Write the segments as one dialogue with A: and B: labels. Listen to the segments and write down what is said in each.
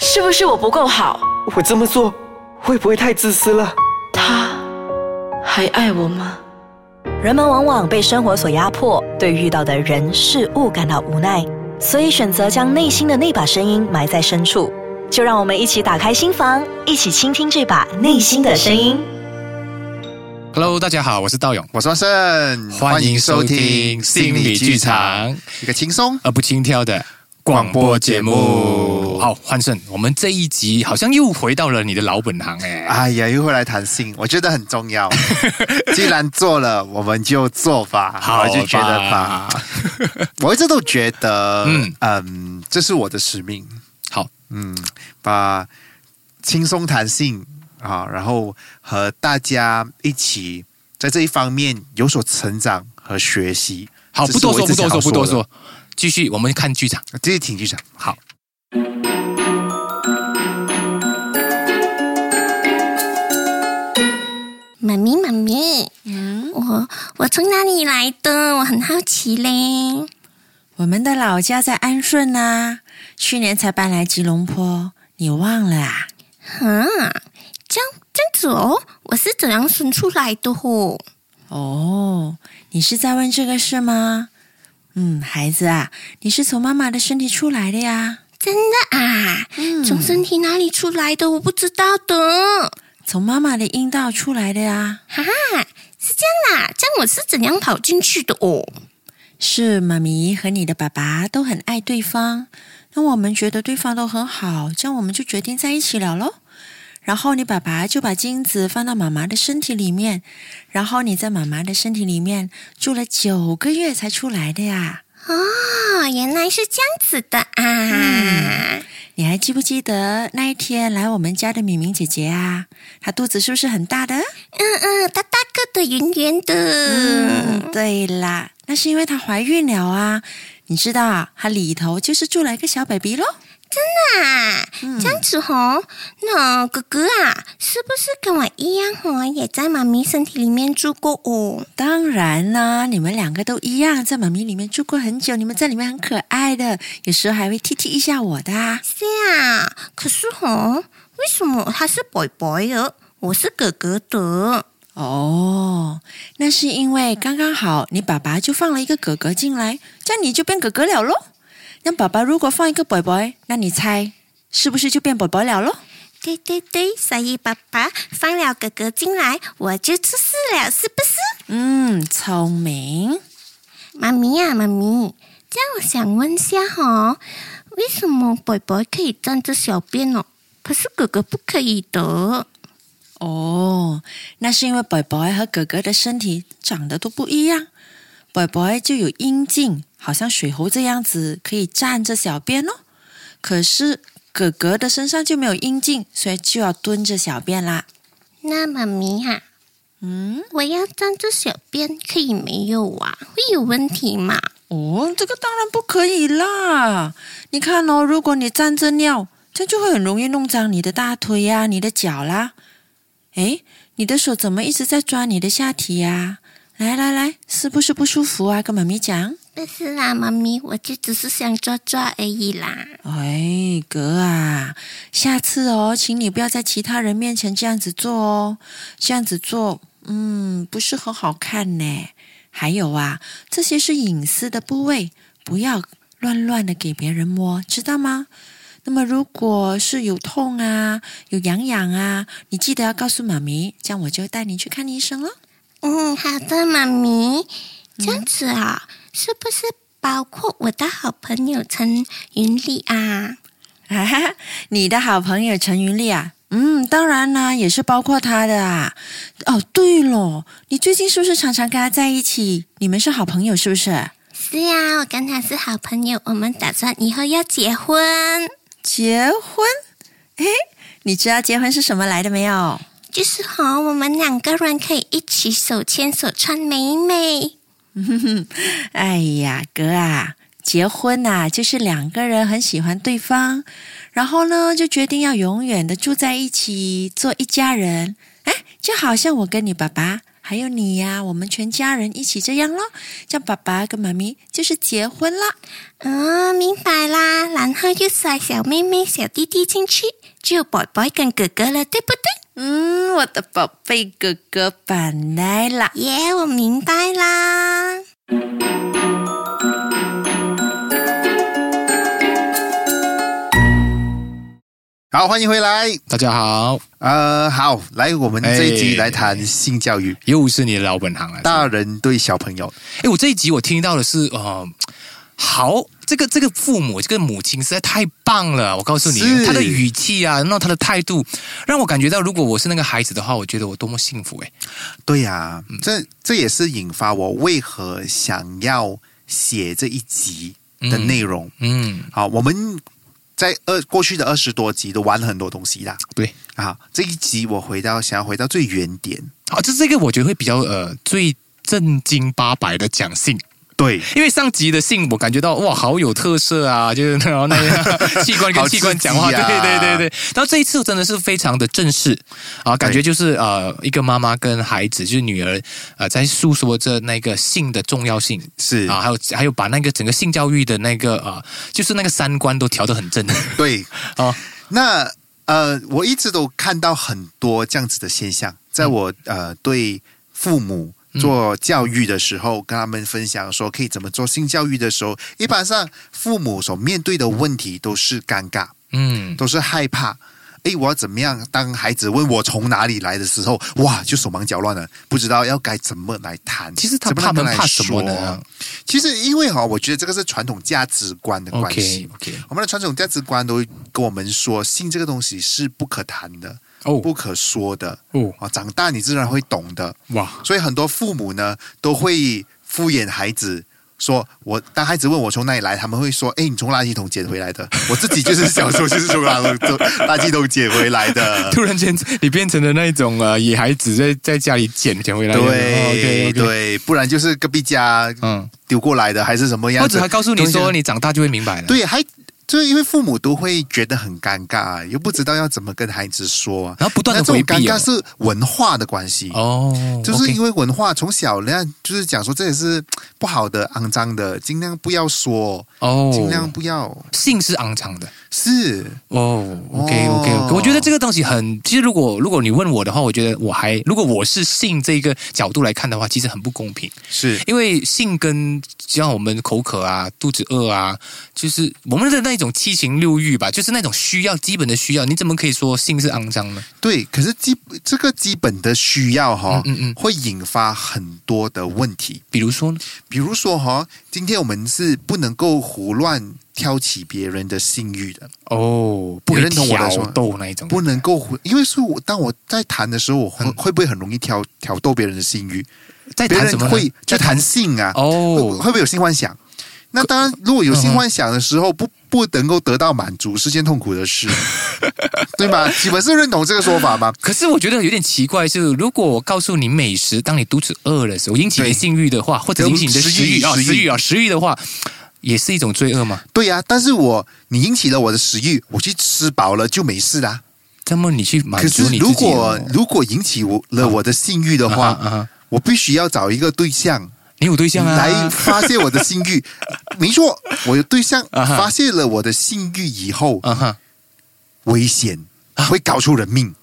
A: 是不是我不够好？
B: 我这么做会不会太自私了？
A: 他还爱我吗？
C: 人们往往被生活所压迫，对遇到的人事物感到无奈，所以选择将内心的那把声音埋在深处。就让我们一起打开心房，一起倾听这把内心的声音。
D: Hello，大家好，我是道勇，
E: 我是万胜，
D: 欢迎收听心理剧场，
E: 一个轻松
D: 而不轻佻的广播节目。好，欢胜，我们这一集好像又回到了你的老本行哎、
E: 哎呀，又回来谈性，我觉得很 重要。既然做了，我们就做吧。
D: 好吧
E: 我就觉得 吧，我一直都觉得，
D: 嗯
E: 嗯这是我的使命。
D: 好，
E: 嗯，把轻松谈性啊，然后和大家一起在这一方面有所成长和学习。
D: 好，
E: 这
D: 不
E: 是
D: 多
E: 我
D: 说，
E: 一直
D: 不多说，
E: 想要
D: 不多
E: 说
D: 说，继续，我们看剧场。
E: 的，这是挺剧场。
D: 好，
F: 妈咪，妈咪，我我从哪里来的？我很好奇嘞。
G: 我们的老家在安顺啊，去年才搬来吉隆坡，你忘了啊？
F: 啊，这样这样子哦，我是怎样生出来的哦？
G: 哦，你是在问这个事吗？嗯，孩子啊，你是从妈妈的身体出来的呀，
F: 真的啊，从身体哪里出来的？我不知道的。
G: 从妈妈的阴道出来的呀，
F: 哈、哈，是这样啦。啊这样我是怎样跑进去的哦？
G: 是妈咪和你的爸爸都很爱对方，那我们觉得对方都很好，这样我们就决定在一起了喽。然后你爸爸就把精子放到妈妈的身体里面，然后你在妈妈的身体里面住了九个月才出来的呀。
F: 哦，原来是这样子的啊。嗯
G: 你还记不记得那一天来我们家的敏敏姐姐啊？她肚子是不是很大的？
F: 嗯嗯，大大个的，圆圆的。
G: 嗯，对啦，那是因为她怀孕了啊。你知道啊，她里头就是住了一个小 baby 咯。
F: 啊，这样子哦，那哥哥啊，是不是跟我一样哦，也在妈咪身体里面住过哦？
G: 当然啦，你们两个都一样，在妈咪里面住过很久，你们在里面很可爱的，有时候还会踢踢一下我的、啊。
F: 是啊，可是哦，为什么他是 boy boy 的，我是哥哥的？
G: 哦，那是因为刚刚好，你爸爸就放了一个哥哥进来，这样你就变哥哥了咯。那爸爸如果放一个 boy boy，那你猜是不是就变 boy boy 了咯？
F: 对对对，所以爸爸放了哥哥进来，我就出事了，是不是？
G: 嗯，聪明。
F: 妈咪啊，妈咪，这样我想问下哈、哦，为什么 boy boy 可以站着小便哦，可是哥哥不可以的？
G: 哦，那是因为 boy boy 和哥哥的身体长得都不一样，boy boy 就有阴茎，好像水猴这样子可以站着小便哦。可是哥哥的身上就没有阴茎，所以就要蹲着小便啦。
F: 那妈咪哈、
G: 嗯。
F: 我要站着小便可以没有啊？会有问题吗？
G: 哦，这个当然不可以啦！你看哦，如果你站着尿，这样就会很容易弄脏你的大腿呀、你的脚啦。诶，你的手怎么一直在抓你的下体呀、来来来，是不是不舒服啊？跟妈咪讲。
F: 不是啦，妈咪，我就只是想抓抓而已啦。
G: 哎，哥啊，下次哦，请你不要在其他人面前这样子做哦，这样子做，嗯，不是很好看呢。还有啊，这些是隐私的部位，不要乱乱的给别人摸，知道吗？那么如果是有痛啊、有痒痒啊，你记得要告诉妈咪，这样我就带你去看医生了。
F: 嗯，好的，妈咪。这样子啊，是不是包括我的好朋友陈云丽啊？
G: 哈哈， 你的好朋友陈云丽啊，嗯，当然啦，也是包括他的啊。哦，对了，你最近是不是常常跟他在一起？你们是好朋友是不是？
F: 是啊，我跟她是好朋友，我们打算以后要结婚，
G: 结婚？诶，你知道结婚是什么来的没有？
F: 就是和、我们两个人可以一起手牵手穿美美。
G: 哎呀，哥啊，结婚呐、就是两个人很喜欢对方，然后呢，就决定要永远的住在一起，做一家人。哎，就好像我跟你爸爸还还有你呀、我们全家人一起这样咯，叫爸爸跟妈咪就是结婚啦。
F: 哦，明白啦。然后就塞小妹妹、小弟弟进去，只有宝宝跟哥哥了，对不对？
G: 嗯，我的宝贝哥哥板来啦。
F: 耶、我明白啦。
E: 好，欢迎回来。
D: 大家好，
E: 呃，好，来，我们这一集
D: 哎
E: 来谈性教育，
D: 又是你的老本行了。
E: 大人对小朋友。
D: 哎，我这一集我听到的是，呃，好，这个这个父母，这个母亲实在太棒了。我告诉
E: 是
D: 你，她的语气啊，然后她的态度，让我感觉到，如果我是那个孩子的话，我觉得我多么幸福哎。
E: 对呀、
D: 嗯
E: 这这也是引发我为何想要写这一集的内容。
D: 嗯，
E: 好，我们在二过去的二十多集都玩了很多东西啦。
D: 对，
E: 啊，这一集我回到想要回到最原点。
D: 好，这这个我觉得会比较呃最正经八百的讲性。
E: 对，
D: 因为上集的信我感觉到哇，好有特色啊，就是然后那 样器官跟器官讲话，
E: 好刺激啊
D: 对对对对。然后这一次真的是非常的正式啊，感觉就是呃，一个妈妈跟孩子，就是女儿呃，在诉说着那个性的重要性
E: 是
D: 啊，还有还有把那个整个性教育的那个啊、呃就是那个三观都调得很正
E: 对，
D: 哦
E: 那呃，我一直都看到很多这样子的现象，在我、
D: 嗯
E: 呃对父母做教育的时候，跟他们分享说可以怎么做性教育的时候，一般上父母所面对的问题都是尴尬，
D: 嗯，
E: 都是害怕。诶，我要怎么样？当孩子问我从哪里来的时候，哇，就手忙脚乱了，不知道要该怎么来谈。
D: 其实他
E: 怎么来
D: 他们
E: 跟
D: 怕什么
E: 说
D: 呢？
E: 其实因为哈、我觉得这个是传统价值观的关系。
D: ？OK OK，
E: 我们的传统价值观都跟我们说，性这个东西是不可谈的、不
D: 哦
E: 可说的
D: 哦，
E: 啊。长大你自然会懂的，
D: 哇，
E: 所以很多父母呢都会敷衍孩子。说我当孩子问我从哪里来，他们会说：“哎，你从垃圾桶捡回来的。” 我自己就是小时候就是从垃圾桶垃圾桶捡回来的。
D: 突然间你变成了那种呃野孩子在在家里捡捡回来的，哦
E: 对、
D: o k OK，
E: 对，不然就是隔壁家
D: 嗯。
E: 丢过来的，还是什么样
D: 或
E: 子？
D: 者还告诉你
E: 东西
D: 说你长大就会明白了。，
E: 对，还就是因为父母都会觉得很尴尬、啊，又不知道要怎么跟孩子说、啊。
D: 然后不断
E: 那
D: 的
E: 这
D: 回
E: 种
D: 避
E: 尴
D: 哦
E: 尬是文化的关系，
D: 哦，
E: 就是因
D: 为
E: 为文化从小人家就是讲说这也是不好的、肮脏的，尽量不要说，
D: 哦，
E: 尽量不要
D: 性是肮脏的。
E: 是
D: 哦，OK OK，我觉得这个东西很，其实如果如果你问我的话，我觉得我还如果我是性这个角度来看的话，其实很不公平，
E: 是
D: 因为性跟像我们口渴啊、肚子饿啊，就是我们的那种七情六欲吧，就是那种需要基本的需要，你怎么可以说性是肮脏呢？
E: 对。可是基这个基本的需要哈、
D: 嗯嗯嗯
E: 会引发很多的问题，
D: 比如说呢？
E: 比如说哈、今天我们是不能够胡乱挑起别人的性欲的。
D: 哦，不
E: 你
D: 能
E: 认同我的说
D: 挑逗那一种，
E: 不能够回，因为是我当我在谈的时候，我会、
D: 嗯
E: 会不会很容易挑挑逗别人的性欲？
D: 在
E: 别
D: 谈
E: 人
D: 什么呢？
E: 会
D: 在
E: 就谈性啊，会
D: 哦，
E: 会不会有性幻想？那当然，如果有性幻想的时候，
D: 嗯
E: 不不能够得到满足是件痛苦的 事，对吧？你们是认同这个说法吗？
D: 可是我觉得有点奇怪是，如果我告诉你美食，当你肚子饿的时候引起你
E: 对
D: 的性欲的话，或者引起你的食欲啊、
E: 食欲
D: 食欲啊、食欲的话，也是一种罪恶吗？
E: 对呀、但是我你引起了我的食欲，我去吃饱了就没事啦。
D: 那么你去满
E: 可是
D: 足你自己哦？啊
E: 如果如果引起我了我的性欲的话，
D: 啊哈啊哈
E: 我必须要找一个对象
D: 你有对象啊，
E: 来发泄我的性欲。没错，我有对象
D: 啊哈
E: 发泄了我的性欲以后，
D: 啊哈
E: 危险会搞出人命，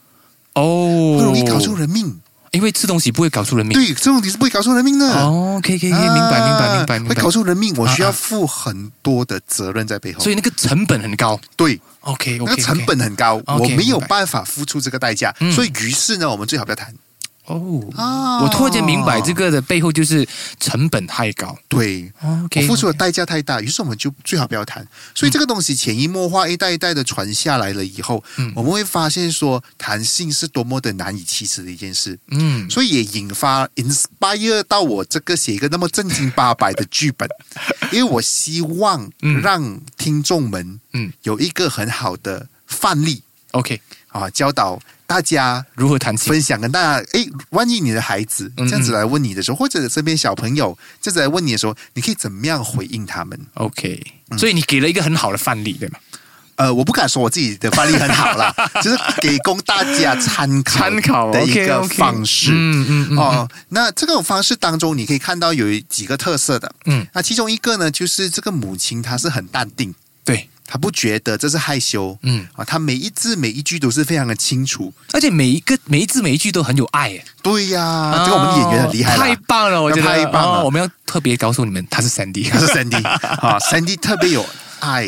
D: 哦，
E: 会容易搞出，人命。
D: 因为吃东西不会搞出人命。
E: 对，这种题是不会搞出人命的。
D: 哦，可以可以可以，
E: 啊
D: 明白明白明白明
E: 会
D: 白
E: 搞。出人命，我需
D: 啊
E: 要
D: 啊
E: 负很多的责任在背后。
D: 所以那个成本很高。
E: 对，
D: OK
E: 那
D: OK，
E: 个成本很高，
D: OK，
E: 我没有
D: 明白
E: 办法付出这个代价。
D: 嗯
E: 所以，于是呢，我们最好不要谈。
D: 哦。
E: 哦
D: 我突然间明白这个的背后就是成本太高。
E: 对，我
D: OK，
E: 付出的代价太大，于是我们就最好不要谈。所以这个东西潜移默化一代一代的传下来了以后，
D: 嗯
E: 我们会发现说弹性是多么的难以启齿的一件事。
D: 嗯，
E: 所以也引发 inspire 到我这个写一个那么正经八百的剧 本，因为我希望
D: 嗯
E: 让听众们
D: 嗯
E: 有一个很好的范例
D: OK，
E: 啊，教导大家
D: 如何谈情？
E: 分享跟大家，诶，万一你的孩子
D: 嗯
E: 这样子来问你的时候，或者身边小朋友这样子来问你的时候，你可以怎么样回应他们？嗯
D: OK，、所以你给了一个很好的范例，对吗？
E: 呃，我不敢说我自己的发力很 好啦，就是给供大家参考啊
D: 参考
E: 的一个
D: OK，OK
E: 方式。
D: 嗯嗯嗯
E: 哦，那这种方式当中，你可以看到有几个特色的。
D: 嗯，
E: 那其中一个呢，就是这个母亲她是很淡定，
D: 对，
E: 她不觉得这是害羞。
D: 嗯
E: 啊，她每一字每一句都是非常的清楚。
D: 而且每一个每一字每一句都很有爱耶。
E: 对呀、
D: 哦
E: 啊这个我们演员很厉害啦
D: 啊太棒了，我觉得
E: 太棒了
D: 哦我们要特别告诉你们，他是三 D
E: 她。是 Sandy 啊，Sandy 特别有爱。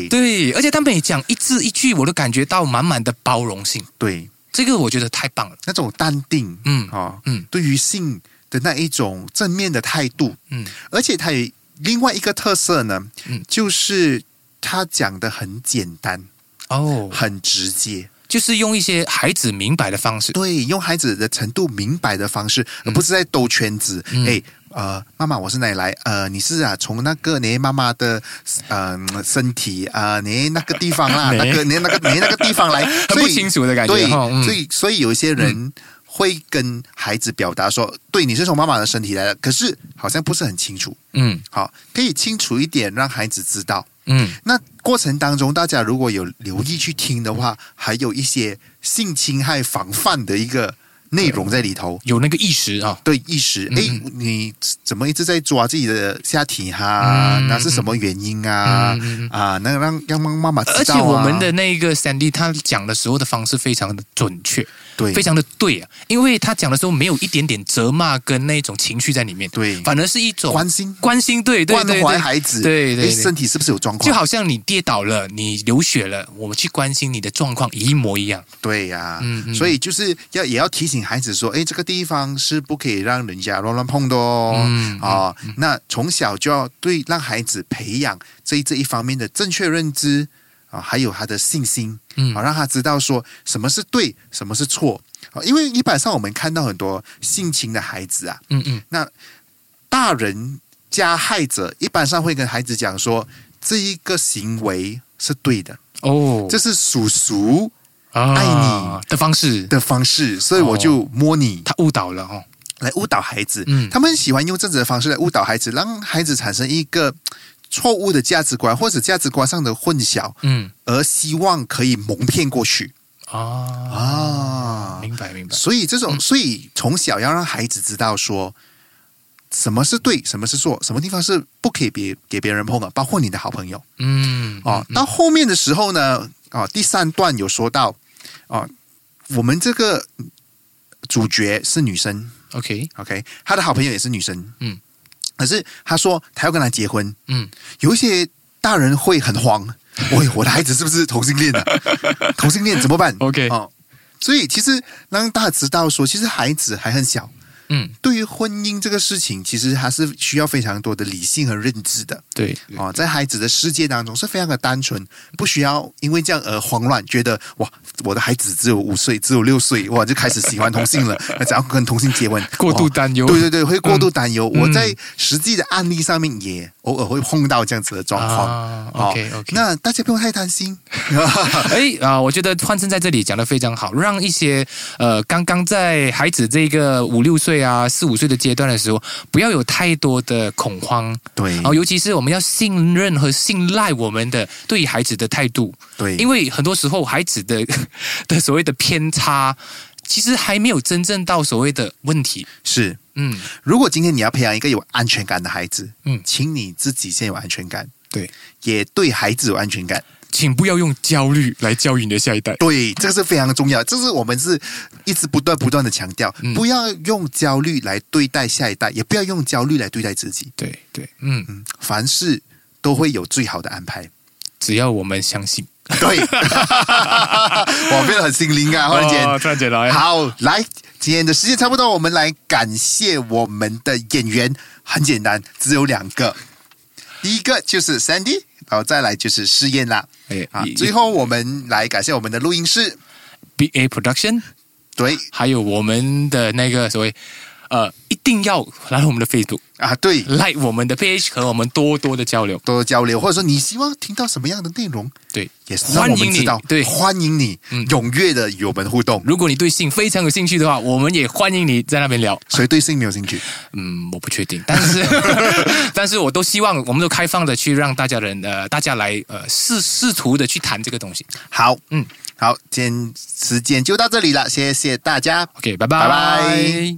D: 对，而且他每讲一字一句，我都感觉到满满的包容性，
E: 对，
D: 这个我觉得太棒了。
E: 那种淡定，
D: 嗯
E: 啊，
D: 嗯
E: 对于性的那一种正面的态度，
D: 嗯，
E: 而且它有另外一个特色呢，
D: 嗯
E: 就是它讲的很简单，
D: 哦，
E: 很直接，
D: 就是用一些孩子明白的方式。
E: 对，用孩子的程度明白的方式，而不是在兜圈子，
D: 嗯
E: 哎、呃，妈妈，我是哪里来？呃，你是啊，从那个你妈妈的呃身体啊，你、那个地方啦，
D: 哪
E: 那个你那个你那个地方来，
D: 很
E: 所
D: 不
E: 以
D: 清楚的感觉
E: 对，
D: 哈嗯
E: 所以所以有一些人会跟孩子表达说，对，你是从妈妈的身体来的，可是好像不是很清楚。
D: 嗯
E: 好，可以清楚一点，让孩子知道。
D: 嗯，
E: 那过程当中，大家如果有留意去听的话，还有一些性侵害防范的一个内容在里头。
D: 有那个意识啊、
E: 对意识，哎、你怎么一直在抓自己的下体哈、
D: 嗯
E: 那是什么原因啊？啊，那让让妈妈知
D: 而且
E: 道、啊。
D: 我们的那个 Sandy 他讲的时候的方式非常的准确，
E: 对
D: 非常的对啊，因为他讲的时候没有一点点责骂跟那种情绪在里面，
E: 对
D: 反而是一种
E: 关心
D: 关心，对对
E: 关
D: 对，
E: 怀
D: 对
E: 孩子，
D: 对对
E: 哎
D: 对
E: 身体是不是有状况？
D: 就好像你跌倒了，你流血了，我们去关心你的状况一模一样。
E: 对呀、
D: 嗯嗯
E: 所以就是要也要提醒孩子说，哎，这个地方是不可以让人家乱乱碰的哦。啊、
D: 嗯
E: 那从小就要对让孩子培养这一这一方面的正确认知啊，还有他的信心，
D: 嗯
E: 啊，让他知道说什么是对，什么是错。啊，因为一般上我们看到很多性侵的孩子啊，
D: 嗯嗯，
E: 那大人加害者一般上会跟孩子讲说，这一个行为是对的，
D: 哦，
E: 这是叔叔。
D: 啊
E: 爱你
D: 的方式，
E: 的方式，所以我
D: 哦
E: 就摸你、
D: 他误导了哦。
E: 来误导孩子。
D: 嗯
E: 他们喜欢用这样子的方式来误导孩子，让孩子产生一个嘖错误的价值观或者价值观上的混淆，
D: 嗯
E: 而希望可以蒙骗过去
D: 啊，
E: 啊。
D: 明白明白。
E: 所以这种，所以从小要让孩子知道说。什么是对，什么是错，什么地方是不可以别给别人碰的，包括你的好朋友。
D: 嗯
E: 哦，到后面的时候呢，哦，第三段有说到，哦，我们这个主角是女生
D: ，OK，
E: ，OK，她的好朋友也是女生，
D: 嗯，
E: 可是她说她要跟他结婚，
D: 嗯，
E: 有一些大人会很 慌，喂，我的孩子是不是同性恋的、啊同性恋怎么办
D: OK
E: 哦，所以其实让大家知道说，其实孩子还很小，
D: 嗯，
E: 对于婚姻这个事情，其实他是需要非常多的理性和认知的。
D: 对，
E: 哦，在孩子的世界当中是非常的单纯，不需要因为这样而慌乱，觉得哇，我的孩子只有五岁，只有六岁，哇，就开始喜欢同 性了，那只要跟同性结婚，
D: 过度
E: 哇
D: 担忧
E: 对对对，会过度担忧。
D: 嗯
E: 我在实际的案例上面也偶尔会碰到这样子的状况。
D: 啊
E: 哦
D: OK，OK
E: 那大家不用太担心。
D: 哎啊、我觉得换成在这里讲的非常好，让一些呃刚刚在孩子这个五六岁啊、四五岁的阶段的时候，不要有太多的恐慌。
E: 对
D: 然后，尤其是我们要信任和信赖我们的对孩子的态度，
E: 对，
D: 因
E: 为
D: 为很多时候孩子的 的所谓的偏差，其实还没有真正到所谓的问题。
E: 是
D: 嗯，
E: 如果今天你要培养一个有安全感的孩子，
D: 嗯
E: 请你自己先有安全感，
D: 对，
E: 也对孩子有安全感。
D: 请不要用焦虑来教育你的下一代。
E: 对，这个是非常重要，这是我们是一直不断不断的强调，
D: 嗯
E: 不要用焦虑来对待下一代，也不要用焦虑来对待自己。
D: 对对，嗯，
E: 嗯，凡事都会有最好的安排。
D: 只要我们相信。
E: 对，我变得很心灵啊，忽然间。
D: 哦突然间来，
E: 好，来，今天的时间差不多，我们来感谢我们的演员。很简单，只有两个，第一个就是 Sandy，然后再来就是试验啦。
D: 哎
E: 啊
D: 一，
E: 最后我们来感谢我们的录音室。
D: B A Production，
E: 对，
D: 还有我们的那个所谓呃，一定要来我们的 Facebook
E: 啊，对，
D: like 我们的 page 和我们多多的交流。
E: 多多交流，或者说你希望听到什么样的内容，
D: 对，
E: 也是让
D: 欢
E: 我
D: 迎
E: 们知
D: 你
E: 道，，
D: 对。
E: 欢迎你
D: 嗯
E: 踊跃的与我们互动。
D: 如果你对性非常有兴趣的话，我们也欢迎你在那边聊。
E: 谁对性没有兴趣？
D: 嗯，我不确定，但是 但是我都希望我们都开放的去让大家人呃，大家来呃试试图的去谈这个东西。
E: 好，
D: 嗯，
E: 好，今天时间就到这里了，谢谢大家，
D: OK，
E: 拜
D: 拜
E: 拜
D: 拜